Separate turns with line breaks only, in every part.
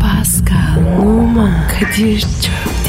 Pascal, Oman, Kadir çok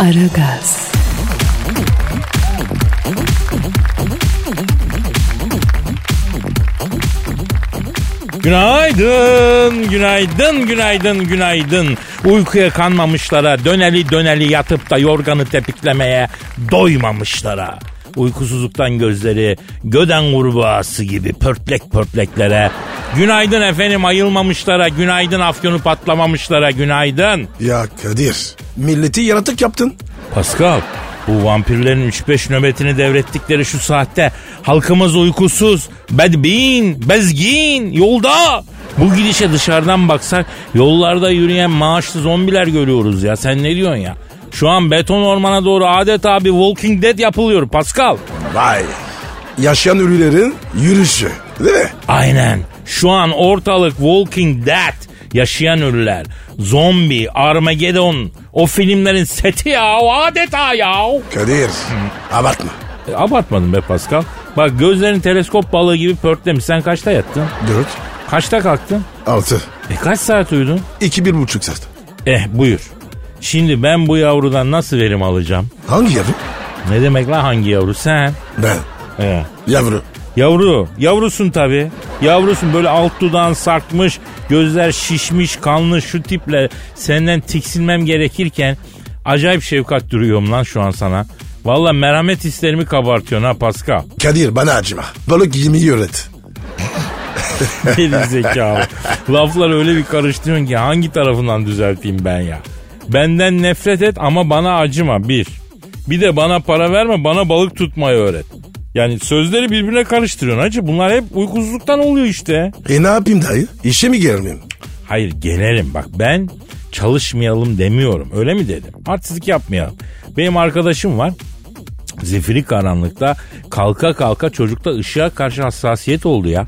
Aragaz,
Günaydın, günaydın, günaydın, günaydın. Uykuya kanmamışlara, döneli döneli yatıp da yorganı tepiklemeye doymamışlara. Uykusuzluktan gözleri göden kurbağası gibi pörtlek pörtleklere. Günaydın efendim ayılmamışlara, günaydın afyonu patlamamışlara, günaydın.
Ya Kadir. Milleti yaratık yaptın.
Pascal, bu vampirlerin 3-5 nöbetini devrettikleri şu saatte halkımız uykusuz, bedbin, bezgin, yolda. Bu gidişe dışarıdan baksak yollarda yürüyen maaşlı zombiler görüyoruz ya. Sen ne diyorsun ya? Şu an beton ormana doğru adeta bir Walking Dead yapılıyor Pascal.
Vay. Yaşayan ölülerin yürüyüşü. Değil mi?
Aynen. Şu an ortalık Walking Dead. Yaşayan ölüler. Zombi, Armageddon. O filmlerin seti ya. o Adeta ya.
Kadir. Abartma.
E, abartmadım be Pascal. Bak gözlerin teleskop balığı gibi pörtlemiş. Sen kaçta yattın?
4,
Kaçta kalktın?
6,
E kaç saat uyudun?
2, 1,5 saat.
Eh buyur. Şimdi ben bu yavrudan nasıl verim alacağım?
Hangi yavru?
Ne demek la hangi yavru sen?
Ben.
E,
Yavru.
Yavru, yavrusun tabi. Yavrusun böyle alt dudağın sarkmış, gözler şişmiş, kanlı şu tiple senden tiksinmem gerekirken acayip şefkat duruyorum lan şu an sana. Valla merhamet hislerimi kabartıyorsun ha Pascal.
Kadir bana acıma. Balık yemeği öğret.
Geri zekalı. Lafları öyle bir karıştırıyorsun ki hangi tarafından düzelteyim ben ya. Benden nefret et ama bana acıma bir. Bir de bana para verme bana balık tutmayı öğret. Yani sözleri birbirine karıştırıyorsun hacı. Bunlar hep uykusuzluktan oluyor işte.
E ne yapayım dayı? İşe mi gelmeyeyim?
Hayır gelelim bak ben çalışmayalım demiyorum öyle mi dedim? Artistlik yapmayalım. Benim arkadaşım var zifiri karanlıkta kalka kalka çocukta ışığa karşı hassasiyet oldu ya.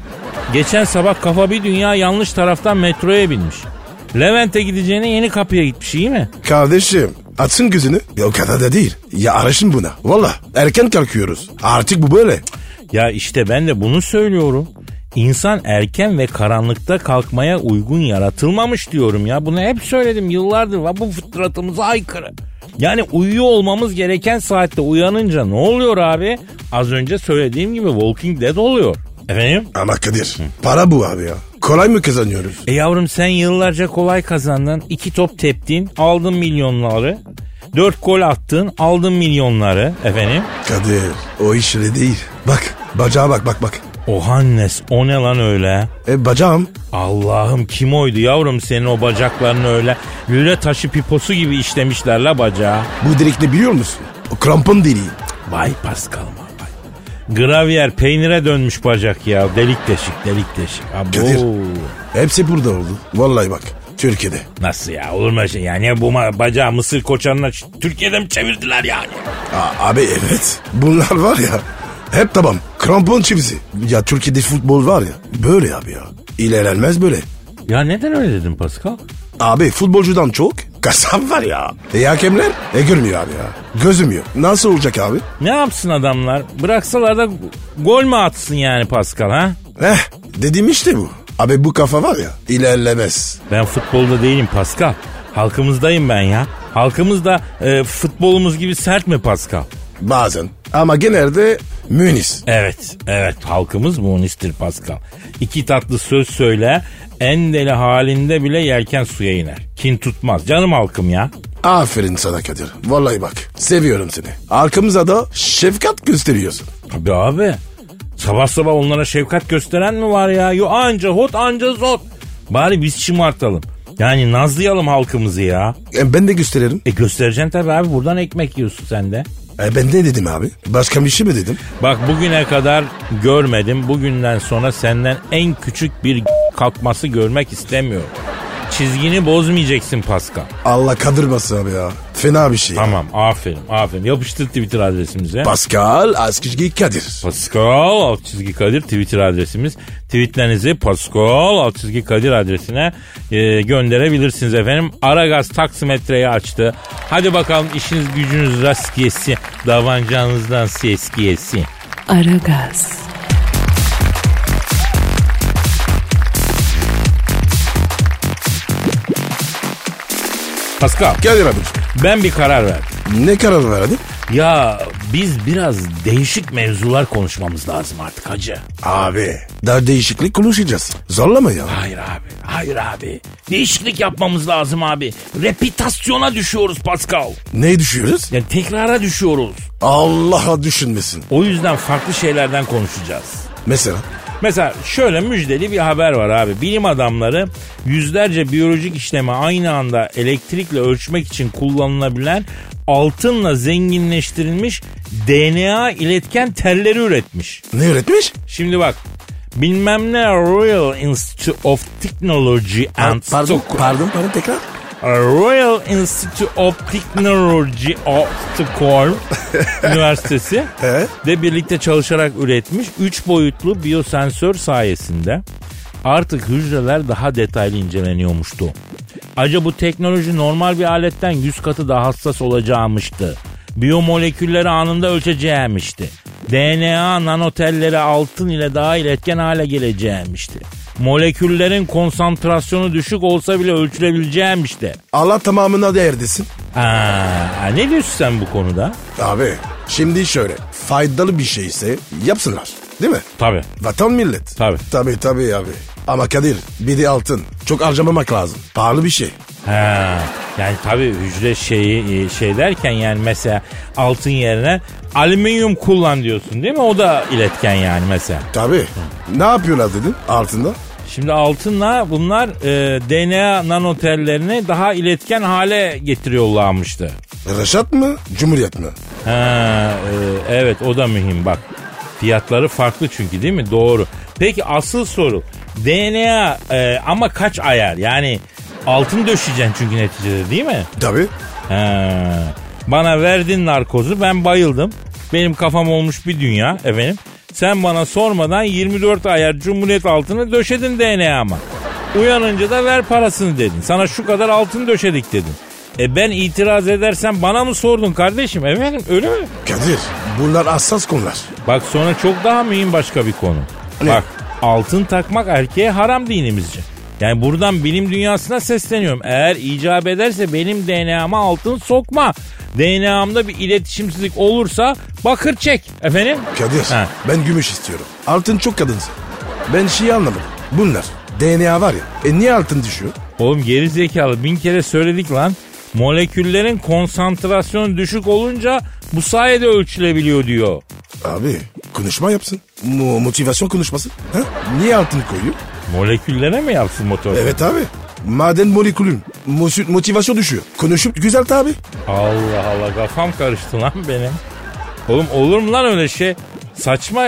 Geçen sabah kafa bir dünya yanlış taraftan metroya binmiş. Levent'e gideceğine yeni kapıya gitmiş iyi mi?
Kardeşim atsın gözünü. Ya o kadar da değil. Ya araşın buna. Valla erken kalkıyoruz. Artık bu böyle.
Ya işte ben de bunu söylüyorum. İnsan erken ve karanlıkta kalkmaya uygun yaratılmamış diyorum ya. Bunu hep söyledim yıllardır. Lan Bu fıtratımıza aykırı. Yani uyuyor olmamız gereken saatte uyanınca ne oluyor abi? Az önce söylediğim gibi Walking Dead oluyor. Efendim?
Ama Kadir para bu abi ya. Kolay mı kazanıyoruz?
E yavrum sen yıllarca kolay kazandın. iki top teptin. Aldın milyonları. Dört gol attın. Aldın milyonları. Efendim?
Kadir o iş öyle değil. Bak bacağa bak bak bak.
Ohannes o ne lan öyle?
E bacağım.
Allah'ım kim oydu yavrum senin o bacaklarını öyle lüle taşı piposu gibi işlemişler la bacağı.
Bu delik ne biliyor musun? O krampon deliği.
Vay Pascal vay. Gravyer peynire dönmüş bacak ya delik deşik delik deşik.
Kadir.
Abo.
Hepsi burada oldu. Vallahi bak Türkiye'de.
Nasıl ya olur mu öyle şey? Yani bu ma- bacağı Mısır koçanına ç- Türkiye'de mi çevirdiler yani?
Aa, abi evet. Bunlar var ya. Hep tamam. Krampon çipsi. Ya Türkiye'de futbol var ya. Böyle abi ya. İlerlenmez böyle.
Ya neden öyle dedin Pascal?
Abi futbolcudan çok kasap var ya. E hakemler? E görmüyor abi ya. Gözümüyor. Nasıl olacak abi?
Ne yapsın adamlar? Bıraksalar da gol mü atsın yani Pascal ha?
Heh Eh, dediğim işte bu. Abi bu kafa var ya ilerlemez.
Ben futbolda değilim Pascal. Halkımızdayım ben ya. Halkımız da e, futbolumuz gibi sert mi Pascal?
Bazen. Ama genelde münis.
Evet, evet halkımız munistir Pascal. İki tatlı söz söyle, en deli halinde bile yelken suya iner. Kin tutmaz. Canım halkım ya.
Aferin sana Kadir. Vallahi bak seviyorum seni. Arkamıza da şefkat gösteriyorsun.
Tabii abi. Sabah sabah onlara şefkat gösteren mi var ya? Yo anca hot anca zot. Bari biz şımartalım. Yani nazlayalım halkımızı ya.
E, ben de gösteririm.
E göstereceksin tabii abi buradan ekmek yiyorsun sen de.
E, ben ne dedim abi? Başka bir şey mi dedim?
Bak bugüne kadar görmedim. Bugünden sonra senden en küçük bir kalkması görmek istemiyorum. Çizgini bozmayacaksın Pascal.
Allah kadırmasın abi ya. Fena bir şey.
Tamam aferin aferin. Yapıştır Twitter adresimize.
Pascal Askizgi Kadir.
Pascal alt çizgi Kadir Twitter adresimiz. Tweetlerinizi Pascal alt çizgi Kadir adresine e, gönderebilirsiniz efendim. Aragaz taksimetreyi açtı. Hadi bakalım işiniz gücünüz rast gelsin. Davancanızdan ses gelsin.
Aragaz,
Pascal
Kadir abi.
ben bir karar verdim.
Ne karar verdin?
Ya biz biraz değişik mevzular konuşmamız lazım artık hacı.
Abi. Daha değişiklik konuşacağız. Zorlama ya.
Hayır abi, hayır abi. Değişiklik yapmamız lazım abi. Repitasyona düşüyoruz Pascal.
Neye düşüyoruz?
Yani tekrara düşüyoruz.
Allah'a düşünmesin.
O yüzden farklı şeylerden konuşacağız.
Mesela.
Mesela şöyle müjdeli bir haber var abi. Bilim adamları yüzlerce biyolojik işlemi aynı anda elektrikle ölçmek için kullanılabilen altınla zenginleştirilmiş DNA iletken telleri üretmiş.
Ne öğretmiş?
Şimdi bak bilmem ne Royal Institute of Technology and
pardon,
Stock-
pardon, pardon tekrar.
Royal Institute of Technology of Stockholm Üniversitesi
Evet.
de birlikte çalışarak üretmiş 3 boyutlu biyosensör sayesinde artık hücreler daha detaylı inceleniyormuştu. Acaba bu teknoloji normal bir aletten 100 katı daha hassas olacağımıştı. Biyomolekülleri anında ölçeceğimişti. DNA nanotelleri altın ile daha iletken hale geleceğimişti. Moleküllerin konsantrasyonu düşük olsa bile ölçülebileceğimişti.
Allah tamamına değerdesin.
Aa, ne diyorsun sen bu konuda?
Abi şimdi şöyle faydalı bir şeyse yapsınlar değil mi?
Tabii.
Vatan millet.
Tabii.
Tabii tabii abi. Ama Kadir bir de altın. Çok harcamamak lazım. Pahalı bir şey.
Ha. Yani tabii hücre şeyi e, şey derken yani mesela altın yerine alüminyum kullan diyorsun değil mi? O da iletken yani mesela.
Tabii. Ne yapıyorlar dedin altında?
Şimdi altınla bunlar e, DNA nanotellerini daha iletken hale getiriyorlarmıştı.
Reşat mı? Cumhuriyet mi?
Ha, e, evet o da mühim bak. Fiyatları farklı çünkü değil mi? Doğru. Peki asıl soru DNA e, ama kaç ayar? Yani altın döşeyeceksin çünkü neticede değil mi?
Tabii.
Ha. Bana verdin narkozu ben bayıldım. Benim kafam olmuş bir dünya efendim. Sen bana sormadan 24 ayar cumhuriyet altını döşedin DNA'ma. Uyanınca da ver parasını dedin. Sana şu kadar altın döşedik dedin. E ben itiraz edersen bana mı sordun kardeşim? Efendim öyle mi?
Kadir bunlar hassas konular.
Bak sonra çok daha mühim başka bir konu.
Ne?
Bak altın takmak erkeğe haram dinimizce. Yani buradan bilim dünyasına sesleniyorum. Eğer icap ederse benim DNA'ma altın sokma. DNA'mda bir iletişimsizlik olursa bakır çek. Efendim?
Kadir
Ha.
ben gümüş istiyorum. Altın çok kadınsı. Ben şeyi anlamadım. Bunlar DNA var ya. E niye altın düşüyor?
Oğlum geri zekalı bin kere söyledik lan. Moleküllerin konsantrasyonu düşük olunca bu sayede ölçülebiliyor diyor.
Abi konuşma yapsın. Mo- motivasyon konuşması. Ha? Niye altın koyuyor?
Moleküllere mi yapsın motor?
Evet abi. Maden molekülün mo- motivasyon düşüyor. Konuşup güzel tabi.
Allah Allah kafam karıştı lan benim. Oğlum olur mu lan öyle şey? Saçma.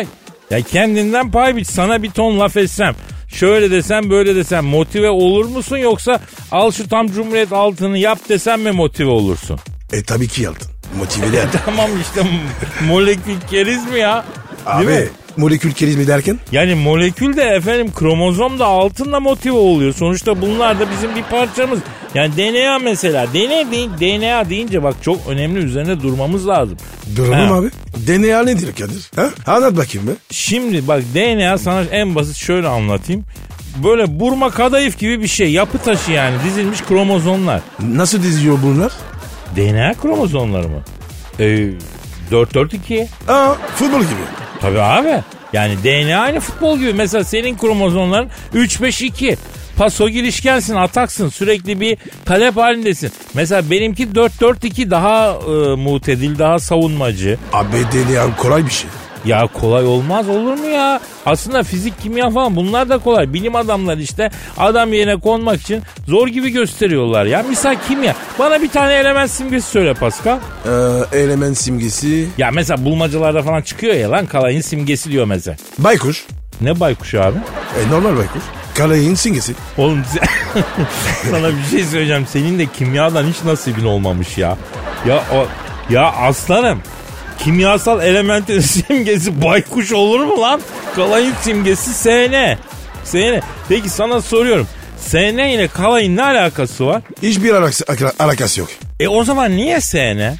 Ya kendinden pay biç sana bir ton laf etsem. Şöyle desem böyle desem motive olur musun yoksa al şu tam cumhuriyet altını yap desem mi motive olursun?
E tabii ki altın. Motiveli altın.
Tamam işte molekül keriz mi ya? Değil mi?
abi molekül kerizmi derken?
Yani molekül de efendim kromozom da altınla motive oluyor. Sonuçta bunlar da bizim bir parçamız. Yani DNA mesela. DNA, deyin- DNA deyince bak çok önemli üzerine durmamız lazım.
Durumum
Ha.
abi. DNA nedir Kadir? Ha? Anlat bakayım be.
Şimdi bak DNA sana en basit şöyle anlatayım. Böyle burma kadayıf gibi bir şey. Yapı taşı yani dizilmiş kromozomlar.
Nasıl diziyor bunlar?
DNA kromozomları mı? Ee, 4-4-2.
Aa futbol gibi.
Tabii abi. Yani DNA aynı futbol gibi. Mesela senin kromozomların 3-5-2. Paso girişkensin, ataksın. Sürekli bir talep halindesin. Mesela benimki 4-4-2 daha e, mutedil, daha savunmacı.
Abi DNA kolay bir şey.
Ya kolay olmaz olur mu ya? Aslında fizik, kimya falan bunlar da kolay. Bilim adamları işte adam yerine konmak için zor gibi gösteriyorlar ya. Misal kimya. Bana bir tane element simgesi söyle Pascal.
Ee, element simgesi.
Ya mesela bulmacalarda falan çıkıyor ya lan kalayın simgesi diyor mesela.
Baykuş.
Ne baykuş abi?
E, normal baykuş. Kaleyin singesi.
Oğlum sen- sana bir şey söyleyeceğim. Senin de kimyadan hiç nasibin olmamış ya. Ya o ya aslanım. Kimyasal elementin simgesi baykuş olur mu lan? Kalayın simgesi SN. SN. Peki sana soruyorum. SN ile kalayın ne alakası var?
Hiçbir alakası, ala- alakası yok.
E o zaman niye SN?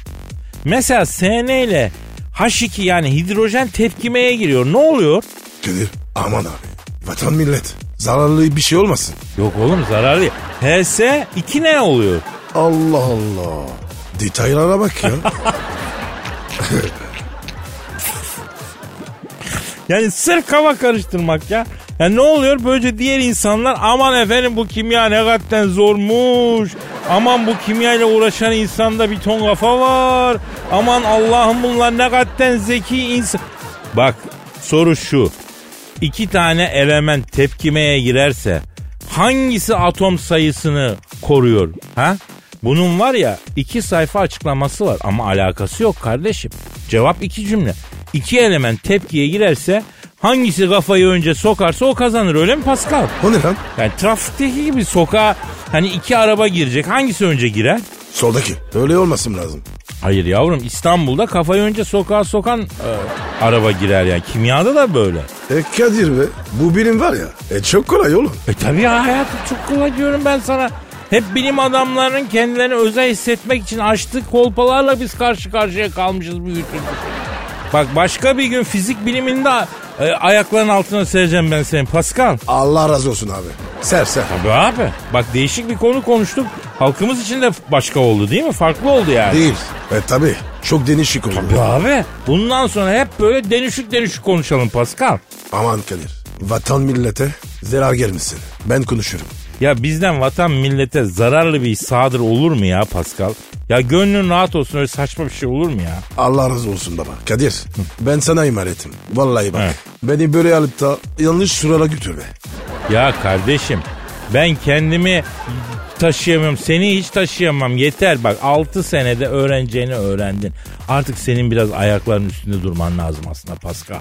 Mesela SN ile H2 yani hidrojen tepkimeye giriyor. Ne oluyor?
Kadir aman abi. Vatan millet. Zararlı bir şey olmasın.
Yok oğlum zararlı. HS 2 ne oluyor?
Allah Allah. Detaylara bak ya.
Yani sırf kafa karıştırmak ya. Ya ne oluyor böylece diğer insanlar aman efendim bu kimya ne kadar zormuş. Aman bu kimyayla uğraşan insanda bir ton kafa var. Aman Allah'ım bunlar ne kadar zeki insan. Bak soru şu. İki tane element tepkimeye girerse hangisi atom sayısını koruyor? Ha? Bunun var ya iki sayfa açıklaması var ama alakası yok kardeşim. Cevap iki cümle. İki element tepkiye girerse hangisi kafayı önce sokarsa o kazanır öyle mi Pascal?
o ne lan?
Yani trafikteki gibi sokağa hani iki araba girecek hangisi önce girer?
Soldaki. Öyle olmasın lazım.
Hayır yavrum İstanbul'da kafayı önce sokağa sokan e, araba girer yani. Kimyada da böyle.
E Kadir be. Bu bilim var ya. E çok kolay oğlum.
E tabii ya hayatım çok kolay diyorum ben sana. Hep bilim adamlarının kendilerini özel hissetmek için açtığı kolpalarla biz karşı karşıya kalmışız bu yüzyılda. Bak başka bir gün fizik biliminde e, ayakların altına sereceğim ben seni Pascal.
Allah razı olsun abi. Ser ser.
Tabii abi. Bak değişik bir konu konuştuk. Halkımız için de başka oldu değil mi? Farklı oldu yani.
Değil. E tabi. Çok denişik oldu.
Tabii abi. Bundan sonra hep böyle denüşük denüşük konuşalım Pascal.
Aman Kadir. Vatan millete zarar gelmesin. Ben konuşurum.
Ya bizden vatan millete zararlı bir sadır olur mu ya Pascal? Ya gönlün rahat olsun öyle saçma bir şey olur mu ya?
Allah razı olsun baba. Kadir ben sana emanetim. Vallahi bak.
Evet.
Beni böyle alıp da yanlış sırala götürme.
Ya kardeşim ben kendimi taşıyamıyorum. Seni hiç taşıyamam. Yeter bak 6 senede öğreneceğini öğrendin. Artık senin biraz ayakların üstünde durman lazım aslında Pascal.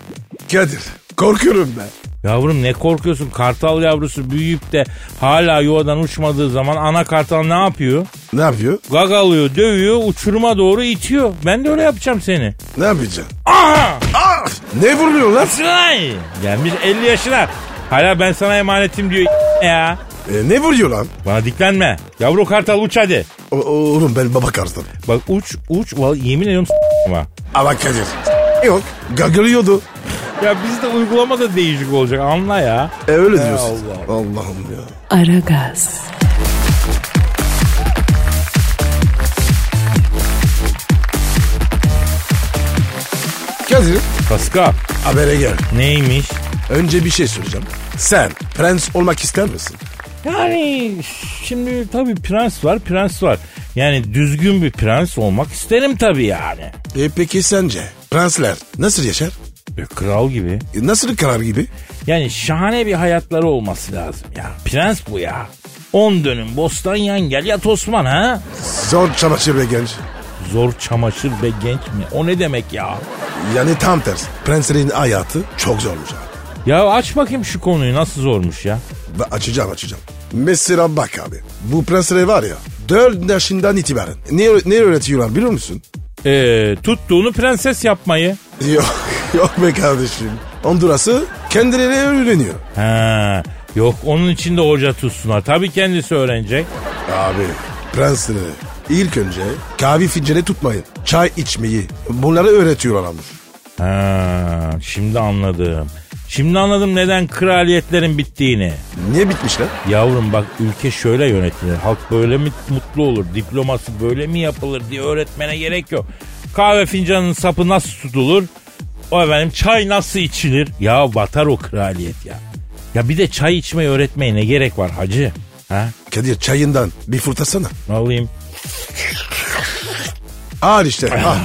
Kadir korkuyorum ben.
Yavrum ne korkuyorsun? Kartal yavrusu büyüyüp de hala yuvadan uçmadığı zaman ana kartal ne yapıyor?
Ne yapıyor?
Gagalıyor, dövüyor, uçuruma doğru itiyor. Ben de öyle yapacağım seni.
Ne yapacaksın?
Aha!
Ah! Ne vuruyor lan?
Sılay! Gelmiş 50 yaşına. Hala ben sana emanetim diyor ya.
E, ne vuruyor lan?
Bana diklenme. Yavru kartal uç hadi.
O- o- oğlum ben baba kartım.
Bak uç uç vallahi yemin ediyorum s**tim ha.
Ama Kadir. Yok. Gagılıyordu.
Ya bizde uygulama da değişik olacak anla ya.
E öyle diyorsun. Allah'ım ya.
Aragaz,
Kadir
Paska
habere gel.
neymiş?
Önce bir şey soracağım. Sen prens olmak ister misin?
Yani şimdi tabii prens var prens var. Yani düzgün bir prens olmak isterim tabii yani.
E peki sence prensler nasıl yaşar?
E, kral gibi.
E, nasıl karar gibi?
Yani şahane bir hayatları olması lazım ya. Prens bu ya. On dönüm bostan yan gel yat Osman ha.
Zor çamaşır ve genç.
Zor çamaşır be genç mi? O ne demek ya?
Yani tam tersi. Prenslerin hayatı çok zormuş abi.
Ya aç bakayım şu konuyu nasıl zormuş ya.
Ben açacağım açacağım. Mesela bak abi. Bu prensler var ya. 4 yaşından itibaren. Ne, ne öğretiyorlar biliyor musun?
Ee, tuttuğunu prenses yapmayı.
Yok, yok be kardeşim. Honduras'ı kendileri öğreniyor.
Ha, yok onun için de hoca tutsunlar. Tabii kendisi öğrenecek.
Abi prensleri ilk önce kahve fincanı tutmayın. Çay içmeyi. Bunları öğretiyorlar abi.
Ha, şimdi anladım. Şimdi anladım neden kraliyetlerin bittiğini.
Niye bitmişler?
Yavrum bak ülke şöyle yönetilir. Halk böyle mi mutlu olur? Diploması böyle mi yapılır diye öğretmene gerek yok. Kahve fincanının sapı nasıl tutulur? O efendim çay nasıl içilir? Ya batar o kraliyet ya. Ya bir de çay içmeyi öğretmeye ne gerek var hacı? Ha?
Kadir çayından bir fırtasana.
Alayım.
Al işte. al.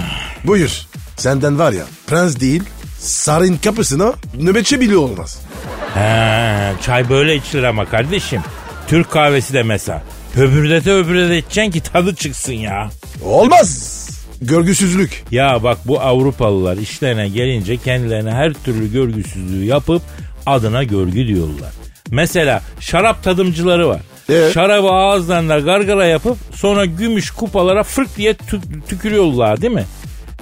Buyur. Senden var ya prens değil sarın kapısına nöbetçi bile olmaz.
Ha, çay böyle içilir ama kardeşim. Türk kahvesi de mesela. Höpürdete höpürdete içeceksin ki tadı çıksın ya.
Olmaz. Görgüsüzlük.
Ya bak bu Avrupalılar işlerine gelince kendilerine her türlü görgüsüzlüğü yapıp adına görgü diyorlar. Mesela şarap tadımcıları var.
Ee?
Şarabı ağızlarında gargara yapıp sonra gümüş kupalara fırk diye tü- tükürüyorlar değil mi?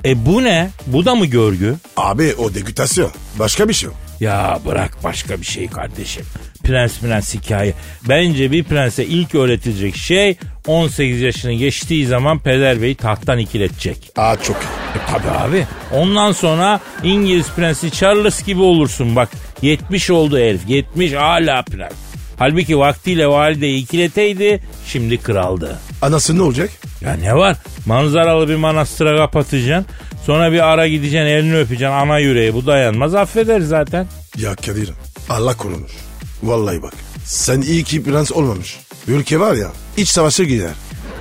E bu ne? Bu da mı görgü?
Abi o degütasyon. Başka bir şey. o.
Ya bırak başka bir şey kardeşim. Prens prens hikaye. Bence bir prense ilk öğretilecek şey 18 yaşını geçtiği zaman peder beyi tahttan ikiletecek.
Aa çok iyi.
E tabi abi. Ondan sonra İngiliz prensi Charles gibi olursun bak. 70 oldu herif. 70 hala prens. Halbuki vaktiyle valideyi ikileteydi şimdi kraldı.
Anası ne olacak?
Ya ne var? Manzaralı bir manastıra kapatacaksın. Sonra bir ara gideceksin elini öpeceksin ana yüreği bu dayanmaz affeder zaten.
Ya Kadir Allah korunur. Vallahi bak sen iyi ki prens olmamış. Ülke var ya iç savaşa gider.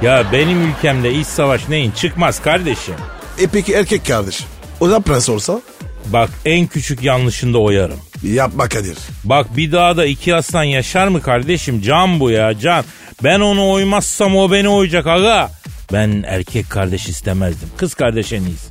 Ya benim ülkemde iç savaş neyin çıkmaz kardeşim.
E peki erkek kardeş. O da prens olsa?
Bak en küçük yanlışında oyarım.
Yapma Kadir.
Bak bir daha da iki aslan yaşar mı kardeşim? Can bu ya can. Ben onu oymazsam o beni oyacak aga. Ben erkek kardeş istemezdim. Kız kardeş en iyisi.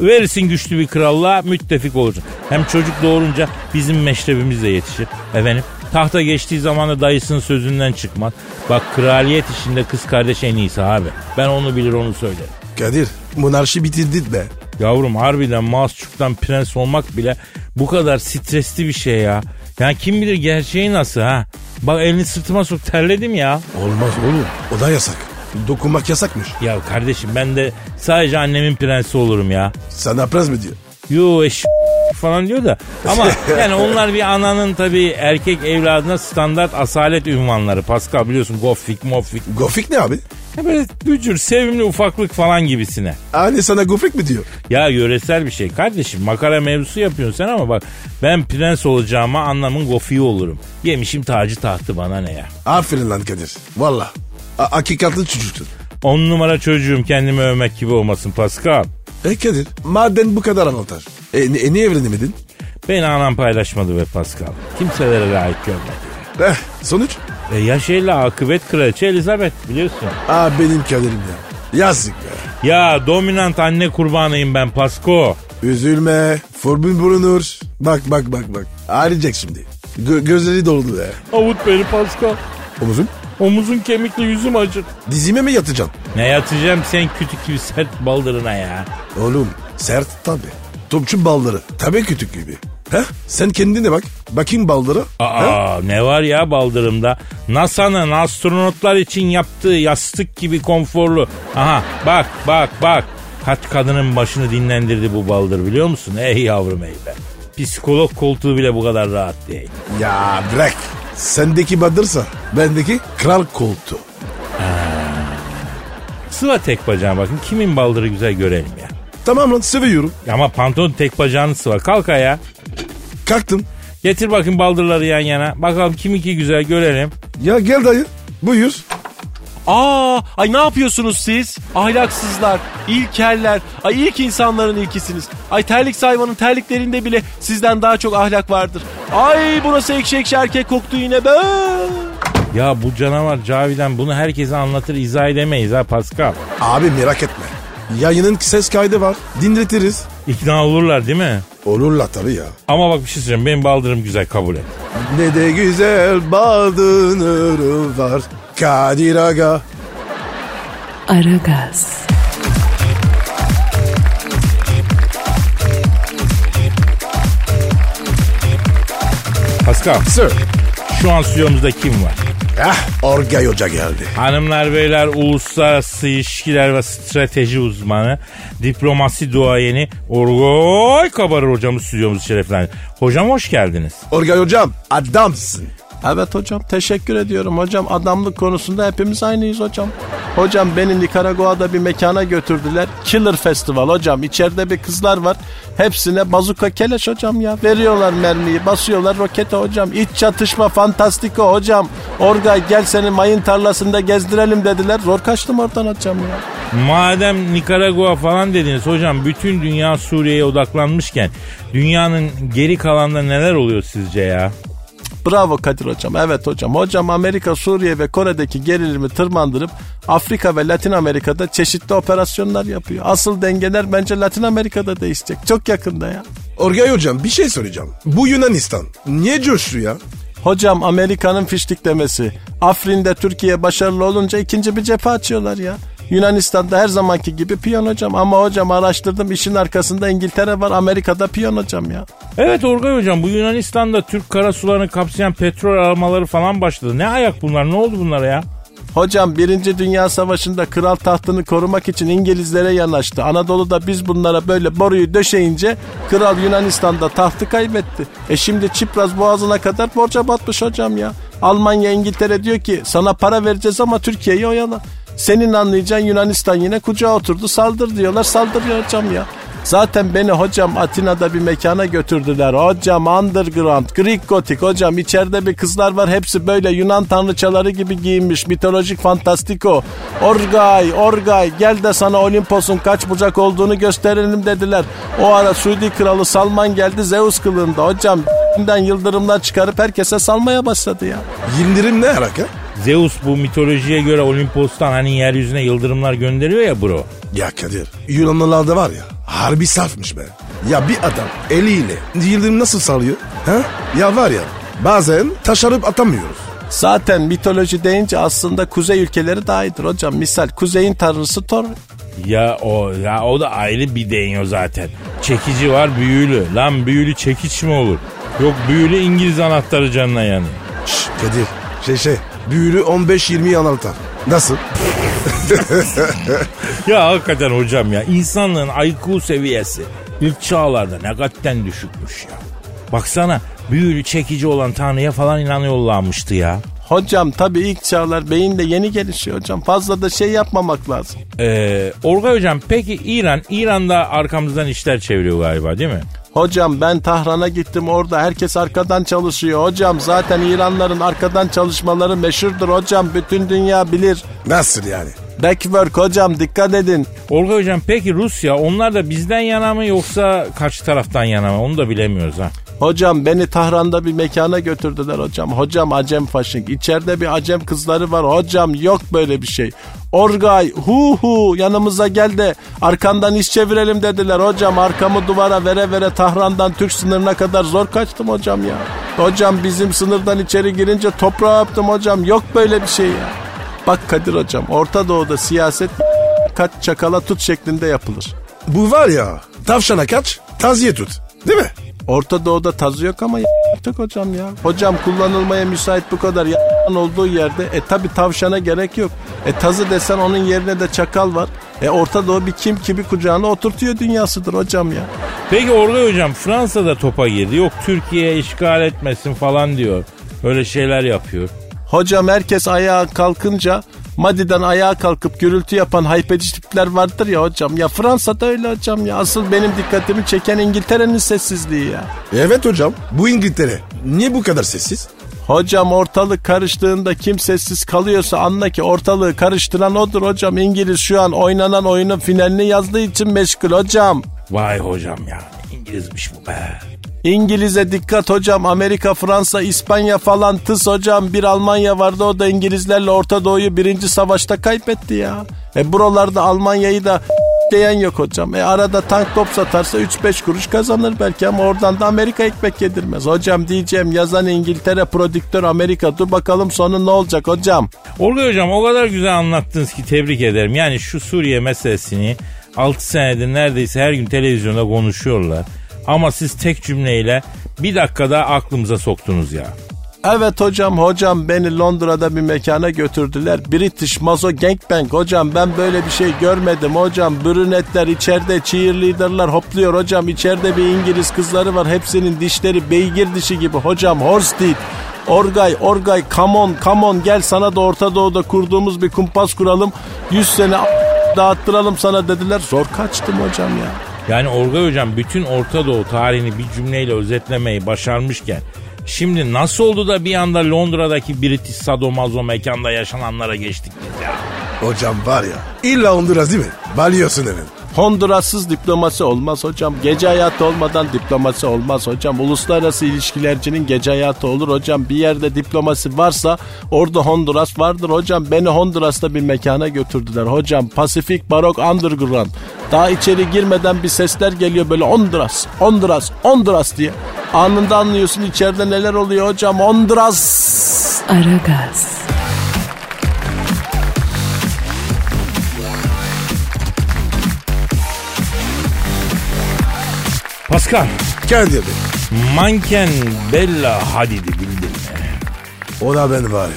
Verirsin güçlü bir krallığa müttefik olursun. Hem çocuk doğurunca bizim meşrebimiz de yetişir. Efendim tahta geçtiği zaman da dayısının sözünden çıkmaz. Bak kraliyet işinde kız kardeş en iyisi abi. Ben onu bilir onu söylerim.
Kadir monarşi bitirdin be.
Yavrum harbiden masçuktan prens olmak bile bu kadar stresli bir şey ya. Yani kim bilir gerçeği nasıl ha? Bak elini sırtıma sok terledim ya.
Olmaz oğlum. O da yasak. Dokunmak yasakmış.
Ya kardeşim ben de sadece annemin prensi olurum ya.
Sana prens mi diyor?
Yo eş falan diyor da. Ama yani onlar bir ananın tabii erkek evladına standart asalet ünvanları. Pascal biliyorsun gofik mofik.
Gofik ne abi?
Ya böyle bücür sevimli ufaklık falan gibisine.
Anne sana gofik mi diyor?
Ya yöresel bir şey kardeşim makara mevzusu yapıyorsun sen ama bak ben prens olacağıma anlamın gofiyi olurum. Yemişim tacı tahtı bana ne ya.
Aferin lan Kadir. Valla. A- hakikatli çocuksun.
On numara çocuğum kendimi övmek gibi olmasın Pascal.
E Kadir maden bu kadar avantaj. E, ni- e, niye evlenemedin?
Beni anam paylaşmadı be Pascal. Kimselere layık görmedi.
Eh, sonuç?
E yaş elli akıbet kraliçe Elizabeth biliyorsun.
Aa benim Kadir'im ya. Yazık be.
Ya dominant anne kurbanıyım ben Pasko.
Üzülme. Formül bulunur. Bak bak bak bak. Ağrıyacak şimdi. Gö- gözleri doldu be.
Avut beni Pascal.
Omuzum?
Omuzun kemikli yüzüm acır.
Dizime mi yatacaksın?
Ne yatacağım sen kütük gibi sert baldırına ya.
Oğlum sert tabi. Topçu balları. Tabi kütük gibi. Heh, sen kendine bak. Bakayım balları. Heh.
Aa ne var ya baldırımda? NASA'nın astronotlar için yaptığı yastık gibi konforlu. Aha bak bak bak. Kaç kadının başını dinlendirdi bu baldır biliyor musun? Ey yavrum ey be. Psikolog koltuğu bile bu kadar rahat değil.
Ya bırak. Sendeki badırsa bendeki kral koltuğu.
Sıva tek bacağına bakın kimin baldırı güzel görelim ya.
Tamam lan seviyorum.
Ama pantolon tek bacağını sıva kalk ayağa.
Kalktım.
Getir bakın baldırları yan yana. Bakalım kiminki güzel görelim.
Ya gel dayı. Buyur.
Aa, ay ne yapıyorsunuz siz? Ahlaksızlar, ilkeller, ay ilk insanların ilkisiniz. Ay terlik hayvanın terliklerinde bile sizden daha çok ahlak vardır. Ay burası ekşi ekşi erkek koktu yine be.
Ya bu canavar Cavidan bunu herkese anlatır izah edemeyiz ha Pascal.
Abi merak etme. Yayının ses kaydı var. Dinletiriz.
İkna olurlar değil mi?
Olurlar tabii ya.
Ama bak bir şey söyleyeceğim. Benim baldırım güzel kabul et.
Ne de güzel baldın ırı var. Kadir Aga.
Aragaz,
Pascal
Sir.
şu an stüdyomuzda kim var?
Ah Orgay Hoca geldi.
Hanımlar beyler uluslararası ilişkiler ve strateji uzmanı diplomasi duayeni Orgoy Kabarır hocamız stüdyomuz şereflendi. Hocam hoş geldiniz.
Orgay Hocam adamsın.
Evet hocam teşekkür ediyorum hocam. Adamlık konusunda hepimiz aynıyız hocam. Hocam beni Nikaragua'da bir mekana götürdüler. Killer Festival hocam. İçeride bir kızlar var. Hepsine bazuka keleş hocam ya. Veriyorlar mermiyi basıyorlar rokete hocam. İç çatışma fantastiko hocam. Orgay gel seni mayın tarlasında gezdirelim dediler. Zor kaçtım oradan hocam ya.
Madem Nikaragua falan dediniz hocam bütün dünya Suriye'ye odaklanmışken dünyanın geri kalanında neler oluyor sizce ya?
Bravo Kadir hocam. Evet hocam. Hocam Amerika, Suriye ve Kore'deki gerilimi tırmandırıp Afrika ve Latin Amerika'da çeşitli operasyonlar yapıyor. Asıl dengeler bence Latin Amerika'da değişecek. Çok yakında ya.
Orgay Hocam bir şey soracağım. Bu Yunanistan. Niye coştu ya?
Hocam Amerika'nın fiştiklemesi. Afrin'de Türkiye başarılı olunca ikinci bir cephe açıyorlar ya. Yunanistan'da her zamanki gibi piyon hocam. Ama hocam araştırdım işin arkasında İngiltere var Amerika'da piyon hocam ya.
Evet Orgay Hocam bu Yunanistan'da Türk karasularını kapsayan petrol aramaları falan başladı. Ne ayak bunlar ne oldu bunlara ya?
Hocam Birinci Dünya Savaşı'nda kral tahtını korumak için İngilizlere yanaştı. Anadolu'da biz bunlara böyle boruyu döşeyince kral Yunanistan'da tahtı kaybetti. E şimdi Çipraz boğazına kadar borca batmış hocam ya. Almanya İngiltere diyor ki sana para vereceğiz ama Türkiye'yi oyala. Senin anlayacağın Yunanistan yine kucağa oturdu saldır diyorlar saldırıyor hocam ya. Zaten beni hocam Atina'da bir mekana götürdüler. Hocam underground, Greek gotik hocam içeride bir kızlar var. Hepsi böyle Yunan tanrıçaları gibi giyinmiş. Mitolojik fantastiko. Orgay, orgay gel de sana Olimpos'un kaç bucak olduğunu gösterelim dediler. O ara Suudi kralı Salman geldi Zeus kılığında. Hocam ***'den yıldırımlar çıkarıp herkese salmaya başladı ya.
Yıldırım ne alaka?
Zeus bu mitolojiye göre Olimpos'tan hani yeryüzüne yıldırımlar gönderiyor ya bro.
Ya Kadir Yunanlılarda var ya harbi sarfmış be. Ya bir adam eliyle yıldırım nasıl salıyor? Ha? Ya var ya bazen taşarıp atamıyoruz.
Zaten mitoloji deyince aslında kuzey ülkeleri daha iyidir hocam. Misal kuzeyin tanrısı Thor,
Ya o ya o da ayrı bir deniyor zaten. Çekici var büyülü. Lan büyülü çekiç mi olur? Yok büyülü İngiliz anahtarı canına yani.
Şş, Kadir şey şey büyülü 15-20 yanaltar. Nasıl?
Ya hakikaten hocam ya insanlığın IQ seviyesi ilk çağlarda ne kadden düşükmüş ya. Baksana büyülü çekici olan tanrıya falan inanıyorlarmıştı ya.
Hocam tabii ilk çağlar beyin de yeni gelişiyor hocam. Fazla da şey yapmamak lazım.
Ee, Orgay hocam peki İran, İran'da arkamızdan işler çeviriyor galiba değil mi?
Hocam ben Tahran'a gittim orada herkes arkadan çalışıyor. Hocam zaten İranların arkadan çalışmaları meşhurdur hocam. Bütün dünya bilir.
Nasıl yani?
Backwork hocam dikkat edin.
Orgay hocam peki Rusya onlar da bizden yana mı yoksa karşı taraftan yana mı onu da bilemiyoruz ha.
Hocam beni Tahran'da bir mekana götürdüler hocam. Hocam Acem Faşink. İçeride bir Acem kızları var. Hocam yok böyle bir şey. Orgay hu hu yanımıza gel de arkandan iş çevirelim dediler. Hocam arkamı duvara vere vere Tahran'dan Türk sınırına kadar zor kaçtım hocam ya. Hocam bizim sınırdan içeri girince toprağa yaptım hocam. Yok böyle bir şey ya. Bak Kadir hocam Orta Doğu'da siyaset kaç çakala tut şeklinde yapılır.
Bu var ya tavşana kaç taziye tut değil mi?
Orta Doğu'da tazı yok ama yaptık hocam ya. Hocam kullanılmaya müsait bu kadar yan olduğu yerde e tabi tavşana gerek yok. E tazı desen onun yerine de çakal var. E Orta Doğu bir kim kimi kucağına oturtuyor dünyasıdır hocam ya.
Peki Orgay hocam Fransa'da topa girdi yok Türkiye işgal etmesin falan diyor. Öyle şeyler yapıyor.
Hocam herkes ayağa kalkınca Madi'den ayağa kalkıp gürültü yapan haypeci tipler vardır ya hocam. Ya Fransa'da öyle hocam ya. Asıl benim dikkatimi çeken İngiltere'nin sessizliği ya.
Evet hocam bu İngiltere niye bu kadar sessiz?
Hocam ortalık karıştığında kim sessiz kalıyorsa anla ki ortalığı karıştıran odur hocam. İngiliz şu an oynanan oyunun finalini yazdığı için meşgul hocam.
Vay hocam ya İngilizmiş bu be.
İngiliz'e dikkat hocam. Amerika, Fransa, İspanya falan tıs hocam. Bir Almanya vardı o da İngilizlerle Orta Doğu'yu birinci savaşta kaybetti ya. E buralarda Almanya'yı da diyen yok hocam. E arada tank top satarsa 3-5 kuruş kazanır belki ama oradan da Amerika ekmek yedirmez. Hocam diyeceğim yazan İngiltere, prodüktör Amerika. Dur bakalım sonu ne olacak hocam.
Orgay hocam o kadar güzel anlattınız ki tebrik ederim. Yani şu Suriye meselesini 6 senedir neredeyse her gün televizyonda konuşuyorlar. Ama siz tek cümleyle bir dakikada aklımıza soktunuz ya.
Evet hocam hocam beni Londra'da bir mekana götürdüler. British Mazo Gangbang hocam ben böyle bir şey görmedim hocam. Brünetler içeride cheerleaderlar hopluyor hocam. İçeride bir İngiliz kızları var hepsinin dişleri beygir dişi gibi hocam horse teeth. Orgay, Orgay, come on, come on gel sana da Orta Doğu'da kurduğumuz bir kumpas kuralım. 100 sene a- dağıttıralım sana dediler. Zor kaçtım hocam ya.
Yani Orgay hocam bütün Orta Doğu tarihini bir cümleyle özetlemeyi başarmışken şimdi nasıl oldu da bir anda Londra'daki British Sadomaso mekanda yaşananlara geçtik biz ya.
Hocam var ya illa Honduras değil mi? Balıyorsun hemen.
Honduras'sız diplomasi olmaz hocam. Gece hayatı olmadan diplomasi olmaz hocam. Uluslararası ilişkilercinin gece hayatı olur hocam. Bir yerde diplomasi varsa orada Honduras vardır hocam. Beni Honduras'ta bir mekana götürdüler hocam. Pasifik Barok Underground. Daha içeri girmeden bir sesler geliyor böyle Honduras, Honduras, Honduras diye. Anında anlıyorsun içeride neler oluyor hocam. Honduras.
Aragaz,
Pascal.
Kadir Bey.
Manken Bella Hadid'i bildin mi?
O da ben var ya.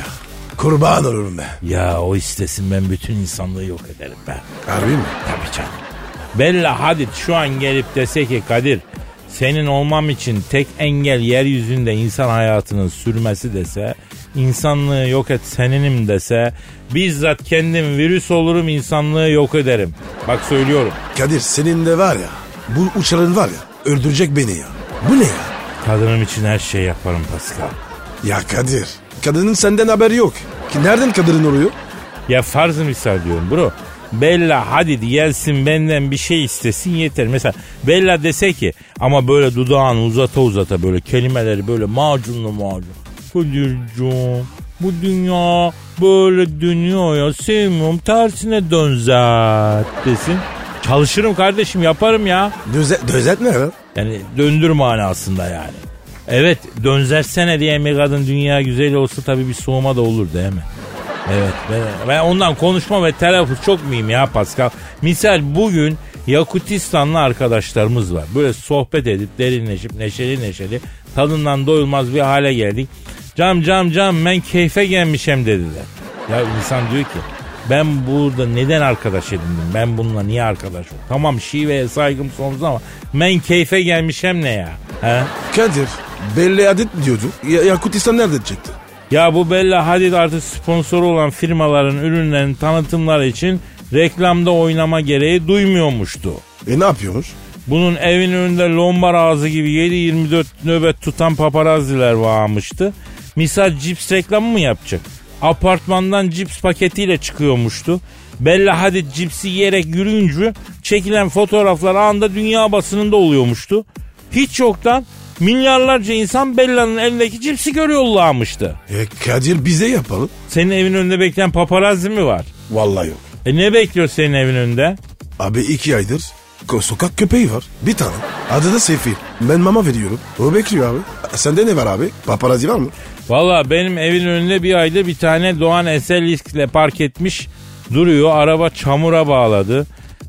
Kurban olurum be.
Ya o istesin ben bütün insanlığı yok ederim ben.
Harbi mi?
Tabii canım. Bella Hadid şu an gelip dese ki Kadir senin olmam için tek engel yeryüzünde insan hayatının sürmesi dese insanlığı yok et seninim dese bizzat kendim virüs olurum insanlığı yok ederim. Bak söylüyorum.
Kadir senin de var ya. Bu uçarın var ya. Öldürecek beni ya. Bu ne ya?
Kadınım için her şey yaparım Pascal.
Ya Kadir. Kadının senden haberi yok. Ki nereden kadının oluyor?
Ya farzı misal diyorum bro. Bella hadi gelsin benden bir şey istesin yeter. Mesela Bella dese ki ama böyle dudağını uzata uzata böyle kelimeleri böyle macunlu macun. Kadir'cum bu dünya böyle dünyaya sevmiyorum tersine dön zat desin. Çalışırım kardeşim yaparım ya.
Döze, dözet ne lan?
Yani döndür manasında yani. Evet dönzersene diye bir kadın dünya güzel olsa tabii bir soğuma da olur değil mi? Evet ben, ben ondan konuşma ve telaffuz çok mühim ya Pascal. Misal bugün Yakutistanlı arkadaşlarımız var. Böyle sohbet edip derinleşip neşeli neşeli tadından doyulmaz bir hale geldik. Cam cam cam ben keyfe gelmişim dediler. Ya insan diyor ki ben burada neden arkadaş edindim? Ben bununla niye arkadaş oldum? Tamam şiveye saygım sonsuz ama ben keyfe gelmişim ne ya? He?
Kadir. Belli adet diyordu. Ya, Yakutistan nerede çıktı?
Ya bu Bella Hadid artık sponsoru olan firmaların ürünlerinin tanıtımları için reklamda oynama gereği duymuyormuştu.
E ne yapıyormuş?
Bunun evin önünde lombar ağzı gibi 7-24 nöbet tutan paparazziler varmıştı. Misal cips reklamı mı yapacak? Apartmandan cips paketiyle çıkıyormuştu. Bella Hadid cipsi yiyerek yürüyünce çekilen fotoğraflar anında dünya basınında oluyormuştu. Hiç yoktan milyarlarca insan Bella'nın elindeki cipsi görüyorlarmıştı.
E Kadir bize yapalım.
Senin evin önünde bekleyen paparazzi mi var?
Vallahi yok.
E ne bekliyor senin evin önünde?
Abi iki aydır ko- sokak köpeği var. Bir tane. Adı da Sefir. Ben mama veriyorum. O bekliyor abi. Sende ne var abi? Paparazzi var mı?
Valla benim evin önünde bir ayda bir tane Doğan Eserlik'le park etmiş duruyor. Araba çamura bağladı.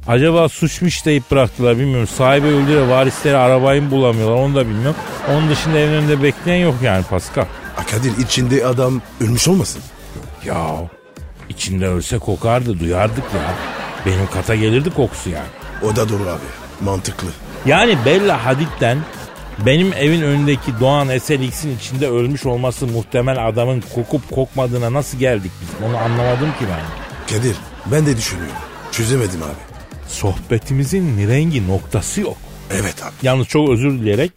Acaba suçmuş deyip bıraktılar bilmiyorum. Sahibi öldü de varisleri arabayı mı bulamıyorlar onu da bilmiyorum. Onun dışında evin önünde bekleyen yok yani Pascal.
Ha Kadir içinde adam ölmüş olmasın?
Ya içinde ölse kokardı duyardık ya. Benim kata gelirdi kokusu yani.
O da doğru abi. Mantıklı.
Yani Bella Hadid'den benim evin önündeki Doğan SLX'in içinde ölmüş olması muhtemel adamın kokup kokmadığına nasıl geldik biz? Onu anlamadım ki ben.
Kadir ben de düşünüyorum. Çözemedim abi.
Sohbetimizin rengi noktası yok.
Evet abi.
Yalnız çok özür dileyerek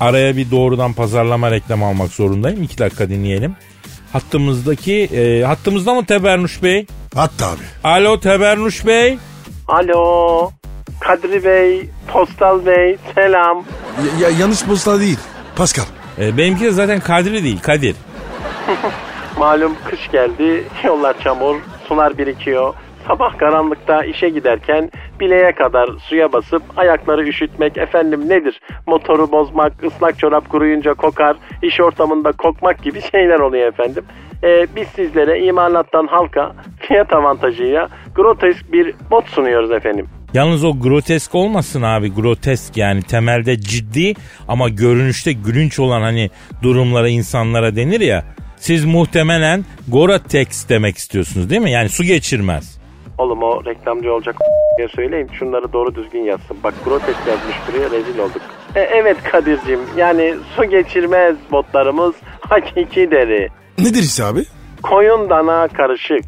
araya bir doğrudan pazarlama reklamı almak zorundayım. İki dakika dinleyelim. Hattımızdaki, e, hattımızda mı Tebernuş Bey?
Hatta abi.
Alo Tebernuş Bey.
Alo. Kadri Bey, Postal Bey, selam.
Ya, ya- yanlış posta değil. Pascal.
E, benimki de zaten Kadri değil, Kadir.
Malum kış geldi, yollar çamur, sular birikiyor. Sabah karanlıkta işe giderken bileğe kadar suya basıp ayakları üşütmek efendim nedir? Motoru bozmak, ıslak çorap kuruyunca kokar, iş ortamında kokmak gibi şeyler oluyor efendim. Ee, biz sizlere imalattan halka fiyat avantajıyla grotesk bir bot sunuyoruz efendim.
Yalnız o grotesk olmasın abi grotesk yani temelde ciddi ama görünüşte gülünç olan hani durumlara insanlara denir ya. Siz muhtemelen Goratex demek istiyorsunuz değil mi? Yani su geçirmez.
Oğlum o reklamcı olacak diye söyleyeyim. Şunları doğru düzgün yazsın. Bak grotesk yazmış buraya rezil olduk. E, evet Kadir'cim yani su geçirmez botlarımız hakiki deri.
Nedir ise abi?
Koyun dana karışık.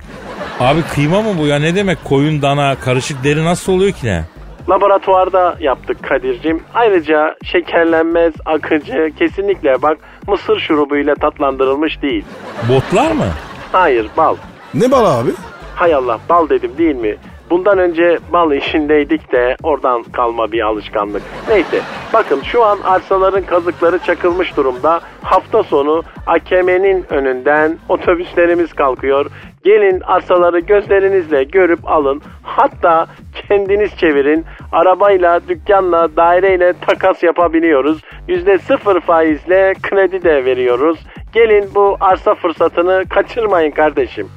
Abi kıyma mı bu ya ne demek koyun dana karışık deri nasıl oluyor ki ne?
Laboratuvarda yaptık Kadir'cim. Ayrıca şekerlenmez, akıcı, kesinlikle bak mısır şurubuyla tatlandırılmış değil.
Botlar mı?
Hayır bal.
Ne bala abi?
Hay Allah bal dedim değil mi? Bundan önce bal işindeydik de oradan kalma bir alışkanlık. Neyse bakın şu an arsaların kazıkları çakılmış durumda. Hafta sonu AKM'nin önünden otobüslerimiz kalkıyor. Gelin arsaları gözlerinizle görüp alın. Hatta kendiniz çevirin. Arabayla, dükkanla, daireyle takas yapabiliyoruz. Yüzde sıfır faizle kredi de veriyoruz. Gelin bu arsa fırsatını kaçırmayın kardeşim.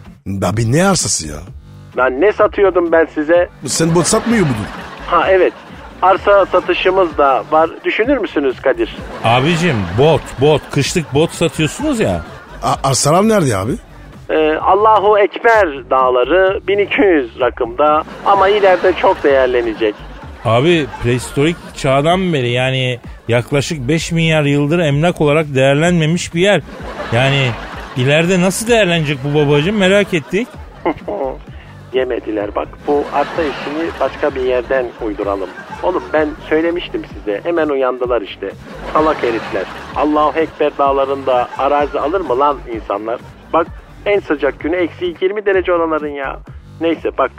Abi ne arsası ya?
Lan ne satıyordum ben size?
Sen bot satmıyor muydun?
Ha evet. Arsa satışımız da var. Düşünür müsünüz Kadir?
Abicim bot bot kışlık bot satıyorsunuz ya.
A- Arsalar nerede abi?
Ee, Allahu Ekber dağları 1200 rakımda ama ileride çok değerlenecek.
Abi prehistorik çağdan beri yani yaklaşık 5 milyar yıldır emlak olarak değerlenmemiş bir yer. Yani ileride nasıl değerlenecek bu babacığım merak ettik.
Yemediler bak. Bu arsa işini başka bir yerden uyduralım. Oğlum ben söylemiştim size. Hemen uyandılar işte. Salak herifler. Allahu Ekber dağlarında arazi alır mı lan insanlar? Bak en sıcak günü eksi 20 derece oraların ya. Neyse bak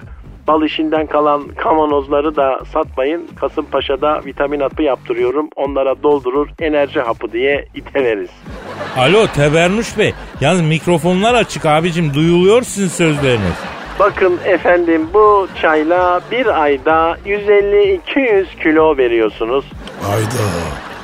bal işinden kalan kavanozları da satmayın. Kasımpaşa'da vitamin hapı yaptırıyorum. Onlara doldurur enerji hapı diye iteleriz.
Alo Tebernuş Bey yalnız mikrofonlar açık abicim duyuluyor sizin sözleriniz.
Bakın efendim bu çayla bir ayda 150-200 kilo veriyorsunuz.
Ayda.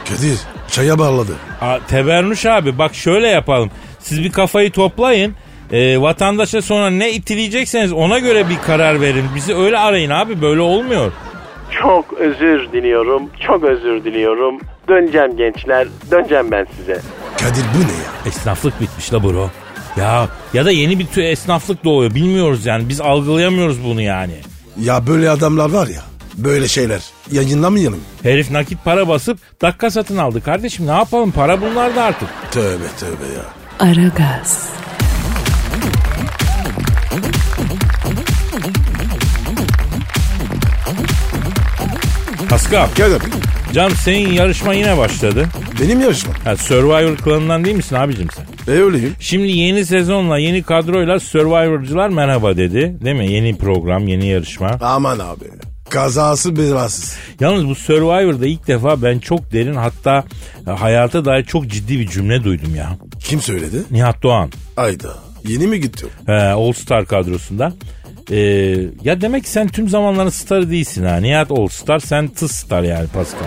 Kadir çaya bağladı.
A, Tebernuş abi bak şöyle yapalım. Siz bir kafayı toplayın. Ee, vatandaşa sonra ne itileyecekseniz ona göre bir karar verin. Bizi öyle arayın abi böyle olmuyor.
Çok özür diliyorum, çok özür diliyorum. Döneceğim gençler, döneceğim ben size.
Kadir bu ne ya?
Esnaflık bitmiş la bro. Ya ya da yeni bir tür esnaflık doğuyor bilmiyoruz yani biz algılayamıyoruz bunu yani.
Ya böyle adamlar var ya. Böyle şeyler. Yayınlamayalım.
Herif nakit para basıp dakika satın aldı kardeşim ne yapalım para bunlar da artık.
Tövbe tövbe ya.
Aragaz,
Pascal
Kadir
can senin yarışma yine başladı.
benim yarışmam.
Ha, Survivor klanından değil misin abicim sen?
E öyleyim.
Şimdi yeni sezonla yeni kadroyla Survivor'cılar merhaba dedi. Değil mi? Yeni program, yeni yarışma.
Aman abi. Kazası belasız.
Yalnız bu Survivor'da ilk defa ben çok derin hatta hayata dair çok ciddi bir cümle duydum ya.
Kim söyledi?
Nihat Doğan.
Ayda. Yeni mi gitti? o?
He, All Star kadrosunda. Ee, ya demek ki sen tüm zamanların starı değilsin ha. Nihat All Star sen tız star yani Pascal.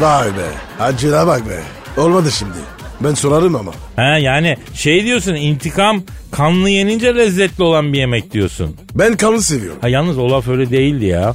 Vay be. Acına bak be. Olmadı şimdi. Ben sorarım ama.
He, yani şey diyorsun intikam kanlı yenince lezzetli olan bir yemek diyorsun.
Ben kanlı seviyorum.
Ha yalnız o laf öyle değildi ya.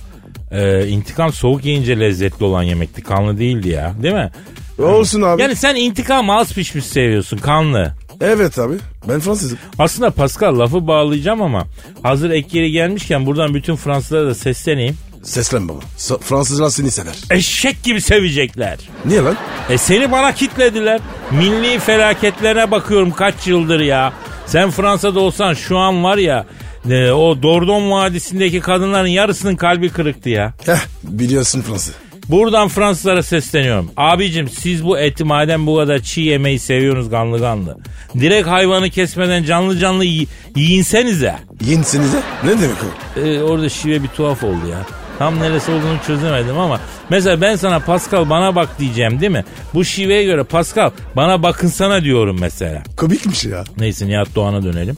Ee, intikam soğuk yiyince lezzetli olan yemekti. Kanlı değildi ya. Değil mi?
E, Olsun abi.
Yani sen intikam az pişmiş seviyorsun kanlı.
Evet abi. Ben Fransızım.
Aslında Pascal lafı bağlayacağım ama hazır ek yeri gelmişken buradan bütün Fransızlara da sesleneyim.
Seslen baba. So- Fransızlar seni sever.
Eşek gibi sevecekler.
Niye lan?
E seni bana kitlediler. Milli felaketlerine bakıyorum kaç yıldır ya. Sen Fransa'da olsan şu an var ya e, o Dordon Vadisi'ndeki kadınların yarısının kalbi kırıktı ya.
Heh biliyorsun Fransız.
Buradan Fransızlara sesleniyorum. Abicim siz bu eti madem bu kadar çiğ yemeyi seviyorsunuz kanlı kanlı. Direkt hayvanı kesmeden canlı canlı yi- yiyinsenize.
Yenisinize. Ne demek o?
Ee, orada şive bir tuhaf oldu ya. Tam neresi olduğunu çözemedim ama mesela ben sana Pascal bana bak diyeceğim değil mi? Bu şiveye göre Pascal bana bakın sana diyorum mesela.
Komikmiş ya.
Neyse Nihat Doğan'a dönelim.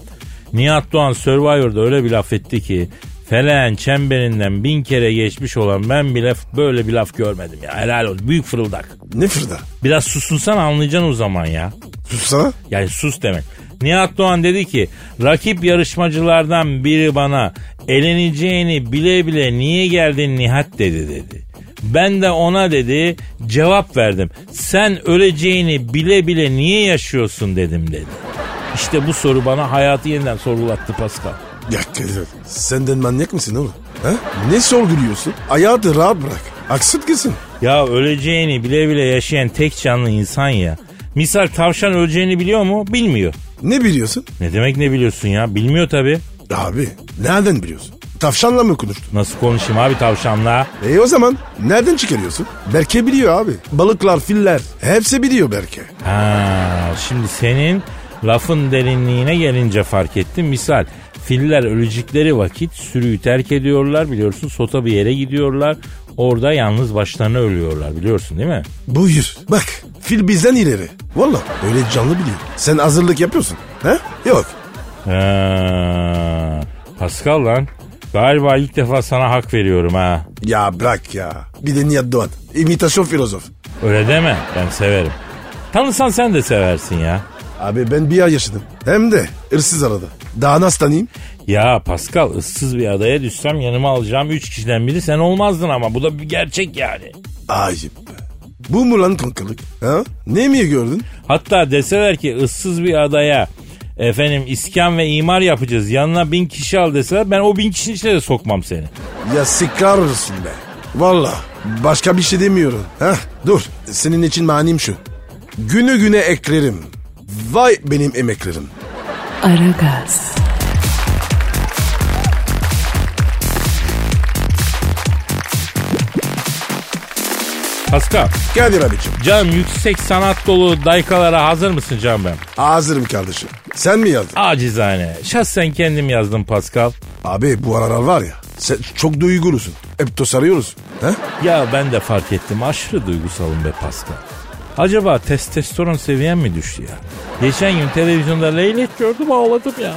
Nihat Doğan Survivor'da öyle bir laf etti ki felen çemberinden bin kere geçmiş olan ben bile böyle bir laf görmedim ya. Helal olsun. Büyük fırıldak.
Ne fırda?
Biraz susunsan anlayacaksın o zaman ya.
Sussana.
Yani sus demek. Nihat Doğan dedi ki rakip yarışmacılardan biri bana eleneceğini bile bile niye geldin Nihat dedi dedi. Ben de ona dedi cevap verdim. Sen öleceğini bile bile niye yaşıyorsun dedim dedi. İşte bu soru bana hayatı yeniden sorgulattı Pascal.
Ya Kadir. Senden manyak mısın oğlum? Ha? Ne sorguluyorsun? Hayatı rahat bırak. Aksıt gitsin.
Ya öleceğini bile bile yaşayan tek canlı insan ya. Misal tavşan öleceğini biliyor mu? Bilmiyor.
Ne biliyorsun?
Ne demek ne biliyorsun ya? Bilmiyor tabii.
Abi nereden biliyorsun? Tavşanla mı konuştun?
Nasıl konuşayım abi tavşanla?
E o zaman nereden çıkarıyorsun? Berke biliyor abi. Balıklar, filler hepsi biliyor Berke.
Ha, şimdi senin lafın derinliğine gelince fark ettim. Misal Filler ölecekleri vakit sürüyü terk ediyorlar biliyorsun. Sota bir yere gidiyorlar. Orada yalnız başlarına ölüyorlar biliyorsun değil mi?
Buyur. Bak fil bizden ileri. Valla öyle canlı biliyor. Sen hazırlık yapıyorsun. He? Yok.
Ha, Pascal lan. Galiba ilk defa sana hak veriyorum ha.
Ya bırak ya. Bir de Nihat Doğan. İmitasyon filozof.
Öyle deme. Ben severim. Tanısan sen de seversin ya.
Abi ben bir ay yaşadım. Hem de hırsız arada. Daha nasıl tanıyayım?
Ya Pascal ıssız bir adaya düşsem yanıma alacağım 3 kişiden biri sen olmazdın ama bu da bir gerçek yani.
Ayıp be. Bu mu lan kankalık? Ha? Ne mi gördün?
Hatta deseler ki ıssız bir adaya efendim iskan ve imar yapacağız yanına bin kişi al deseler ben o bin kişinin içine de sokmam seni.
Ya sikrar olsun be. Valla başka bir şey demiyorum. Ha? Dur senin için manim şu. Günü güne eklerim. Vay benim emeklerim.
Aragaz,
Pascal
Kadir abicim.
canım yüksek sanat dolu daykalara hazır mısın canım ben?
Hazırım kardeşim. Sen mi yazdın?
Acizane şahsen kendim yazdım Pascal.
Abi bu aralar var ya sen çok duygulusun. Hep tosarıyoruz. Ha?
Ya ben de fark ettim aşırı duygusalım be Pascal. Acaba testosteron seviyen mi düştü ya? Geçen gün televizyonda leylek gördüm ağladım ya.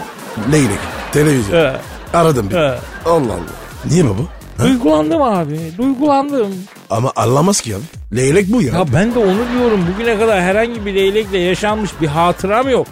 Leylek. Televizyon.
Ee,
Aradım bir.
Evet.
Allah Allah. Niye mi bu?
duygulandım abi duygulandım.
Ama anlamaz ki ya. Leylek bu ya.
Ya ben de onu diyorum bugüne kadar herhangi bir leylekle yaşanmış bir hatıram yok.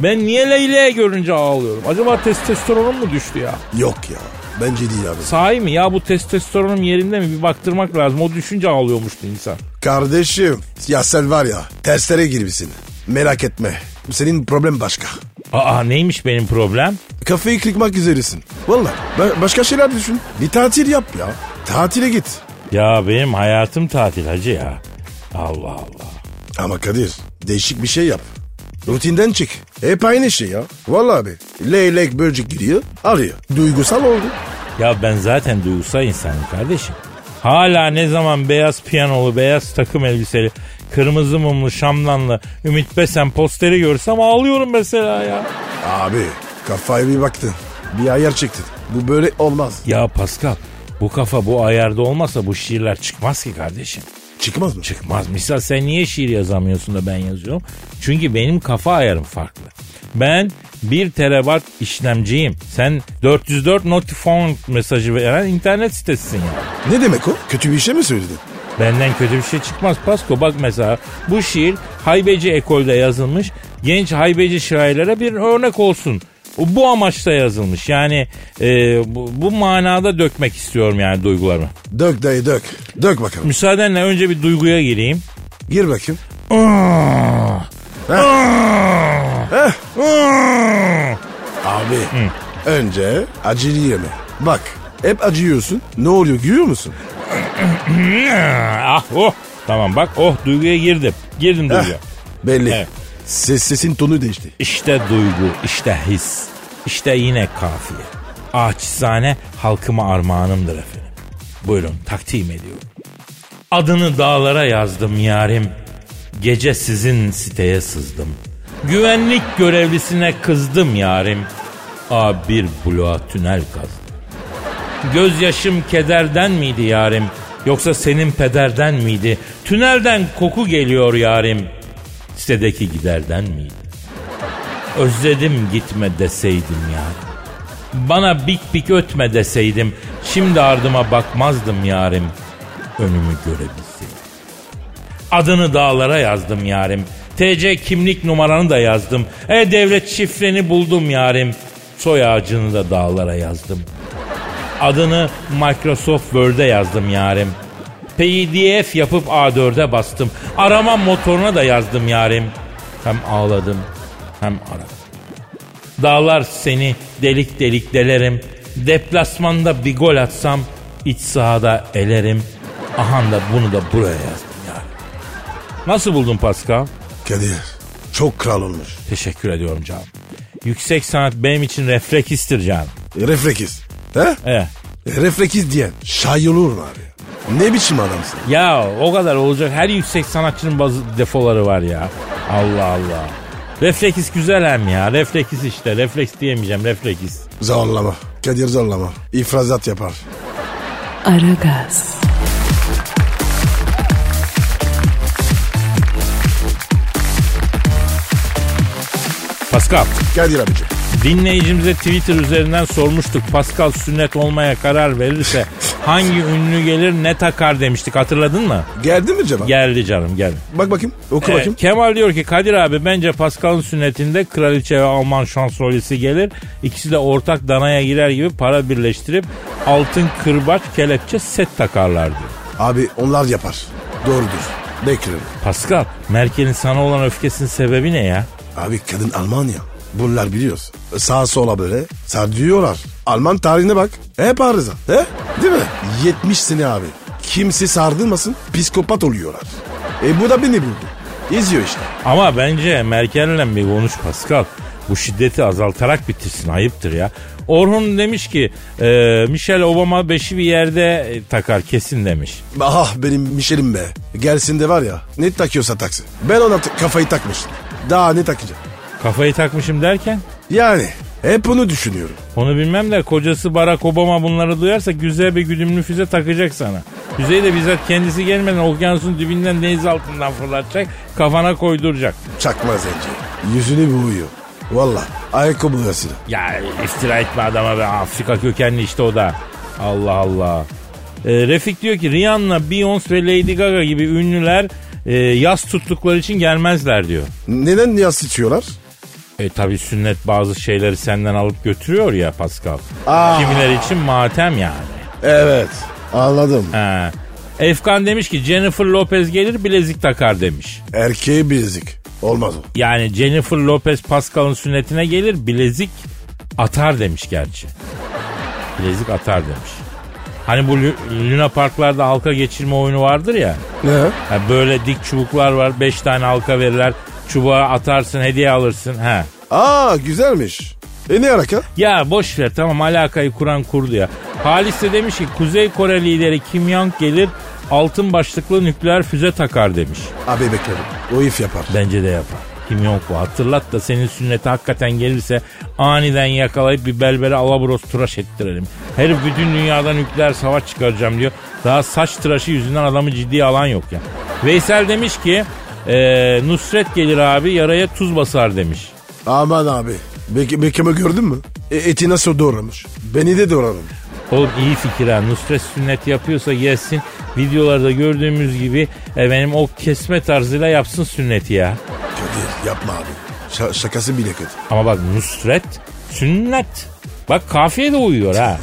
Ben niye leyleğe görünce ağlıyorum? Acaba testosteronum mu düştü ya?
Yok ya. Bence değil abi.
Sahi mi ya bu testosteronum yerinde mi bir baktırmak lazım. O düşünce ağlıyormuştu insan.
Kardeşim ya sen var ya terslere girmişsin. Merak etme. Senin problem başka.
Aa neymiş benim problem?
Kafayı kırmak üzeresin. Valla ba- başka şeyler düşün. Bir tatil yap ya. Tatile git.
Ya benim hayatım tatil hacı ya. Allah Allah.
Ama Kadir değişik bir şey yap. Rutinden çık. Hep aynı şey ya. Valla abi. Leylek böcek giriyor arıyor. Duygusal oldu.
Ya ben zaten duygusal insanım kardeşim. Hala ne zaman beyaz piyanolu, beyaz takım elbiseli, kırmızı mumlu, şamdanlı Ümit Besen posteri görsem ağlıyorum mesela ya.
Abi kafaya bir baktın. Bir ayar çektin. Bu böyle olmaz.
Ya Pascal bu kafa bu ayarda olmasa bu şiirler çıkmaz ki kardeşim.
Çıkmaz mı?
Çıkmaz. Misal sen niye şiir yazamıyorsun da ben yazıyorum? Çünkü benim kafa ayarım farklı. Ben 1 terabayt işlemciyim. Sen 404 notifon mesajı veren internet sitesisin ya.
Ne demek o? Kötü bir şey mi söyledin?
Benden kötü bir şey çıkmaz Pasko. Bak mesela bu şiir haybeci ekolde yazılmış. Genç haybeci şairlere bir örnek olsun. Bu amaçla yazılmış. Yani e, bu, bu manada dökmek istiyorum yani duygularımı.
Dök dayı dök. Dök bakalım.
Müsaadenle önce bir duyguya gireyim.
Gir bakayım. Abi önce acılı yeme. Bak hep acıyorsun. Ne oluyor görüyor musun?
ah oh. Tamam bak oh duyguya girdim. Girdim duyguya.
Belli.
Evet.
Ses, sesin tonu değişti.
İşte duygu, işte his, işte yine kafiye. Açsane halkıma armağanımdır efendim. Buyurun takdim ediyorum. Adını dağlara yazdım yarim. Gece sizin siteye sızdım. Güvenlik görevlisine kızdım yarim. A1 bloğa tünel kazdım. Gözyaşım kederden miydi yarim? Yoksa senin pederden miydi? Tünelden koku geliyor yarim. Sitedeki giderden miydi? Özledim gitme deseydim ya. Bana bik bik ötme deseydim. Şimdi ardıma bakmazdım yarim. Önümü görebilseydim. Adını dağlara yazdım yarim. TC kimlik numaranı da yazdım. E-Devlet şifreni buldum yarim. Soy ağacını da dağlara yazdım. Adını Microsoft Word'e yazdım yarim. PDF yapıp A4'e bastım. Arama motoruna da yazdım yarim. Hem ağladım hem aradım. Dağlar seni delik delik delerim. Deplasmanda bir gol atsam iç sahada elerim. Ahan da bunu da buraya yazdım yarim. Nasıl buldun Pascal?
Kadir çok kral olmuş.
Teşekkür ediyorum canım. Yüksek sanat benim için reflekstir canım. Eh.
Reflekiz. E, He?
Evet.
Reflekiz diyen şair olur mu abi? Ne biçim adamsın?
Ya o kadar olacak. Her yüksek sanatçının bazı defoları var ya. Allah Allah. Refleks güzel hem ya. Refleks işte. Refleks diyemeyeceğim. Refleks.
Zorlama. Kadir zorlama. İfrazat yapar.
Aragaz,
Pascal.
Kadir abici.
Dinleyicimize Twitter üzerinden sormuştuk. Pascal sünnet olmaya karar verirse hangi ünlü gelir ne takar demiştik. Hatırladın mı?
Geldi mi cevap?
Geldi canım gel.
Bak bakayım. Oku
Evet,
bakayım.
Kemal diyor ki Kadir abi bence Pascal'ın sünnetinde kraliçe ve Alman şansölyesi gelir. İkisi de ortak danaya girer gibi para birleştirip altın kırbaç kelepçe set takarlar diyor.
Abi onlar yapar. Doğrudur. Beklerim.
Pascal Merkel'in sana olan öfkesinin sebebi ne ya?
Abi kadın Almanya. Bunlar biliyoruz. Sağa sola böyle sardıyorlar. Alman tarihine bak. Hep arıza. He? Değil mi? 70 sene abi. Kimse sardırmasın psikopat oluyorlar. E bu da beni buldu. İzliyor işte.
Ama bence Merkel'le bir konuş Pascal. Bu şiddeti azaltarak bitirsin ayıptır ya. Orhun demiş ki e, Michelle Obama beşi bir yerde e, takar kesin demiş.
Ah benim Michel'im be. Gelsin de var ya ne takıyorsa taksın. Ben ona t- kafayı takmıştım. Daha ne takacağım?
Kafayı takmışım derken
Yani hep bunu düşünüyorum.
onu bilmem de kocası Barack Obama bunları duyarsa güzel bir güdümlü füze takacak sana. Füzeyi de bizzat kendisi gelmeden okyanusun dibinden deniz altından fırlatacak kafana koyduracak.
Çakma zenci. Yüzünü boğuyor. Valla ayakkabı burasına.
Ya iftira etme adama be Afrika kökenli işte o da. Allah Allah. Ee, Refik diyor ki Rihanna, Beyoncé ve Lady Gaga gibi ünlüler e, yaz tuttukları için gelmezler diyor.
Neden yas içiyorlar?
E tabi sünnet bazı şeyleri senden alıp götürüyor ya Pascal.
Aa.
Kimiler için matem yani.
Evet anladım.
Ha. Efkan demiş ki Jennifer Lopez gelir bilezik takar demiş.
Erkeği bilezik. Olmaz o.
Yani Jennifer Lopez Pascal'ın sünnetine gelir bilezik atar demiş gerçi. Bilezik atar demiş. Hani bu Lü- Luna Parklarda halka geçirme oyunu vardır ya.
Ne?
Ha böyle dik çubuklar var. Beş tane halka verirler. Çubuğa atarsın hediye alırsın. Ha.
Aa güzelmiş. E ne alaka?
Ya boş ver tamam alakayı kuran kurdu ya. Halis de demiş ki Kuzey Kore lideri Kim Jong gelir altın başlıklı nükleer füze takar demiş.
Abi beklerim. O if yapar.
Bence de yapar. Kim yok bu. Hatırlat da senin sünnete hakikaten gelirse aniden yakalayıp bir berbere alabros tıraş ettirelim. Herif bütün dünyadan nükleer savaş çıkaracağım diyor. Daha saç tıraşı yüzünden adamı ciddiye alan yok ya. Veysel demiş ki eee, Nusret gelir abi yaraya tuz basar demiş.
Aman abi. Be Beckham'ı gördün mü? E, eti nasıl doğramış? Beni de doğramış.
Oğlum iyi fikir ha. Nusret sünnet yapıyorsa gelsin videolarda gördüğümüz gibi efendim o kesme tarzıyla yapsın sünneti ya.
Kadir yapma abi. Ş- şakası bile kötü.
Ama bak Nusret sünnet. Bak kafiye de uyuyor ha.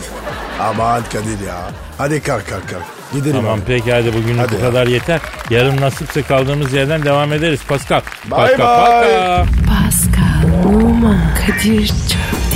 Aman Kadir ya. Hadi kalk kalk kalk. Gidelim
Tamam
abi.
peki hadi bugünlük
Hadi
bu
ya.
kadar yeter. Yarın nasipse kaldığımız yerden devam ederiz Pascal.
Bye
Pascal,
bye.
Pascal.
Pascal, Oman, Kadir çok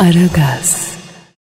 Aragaz.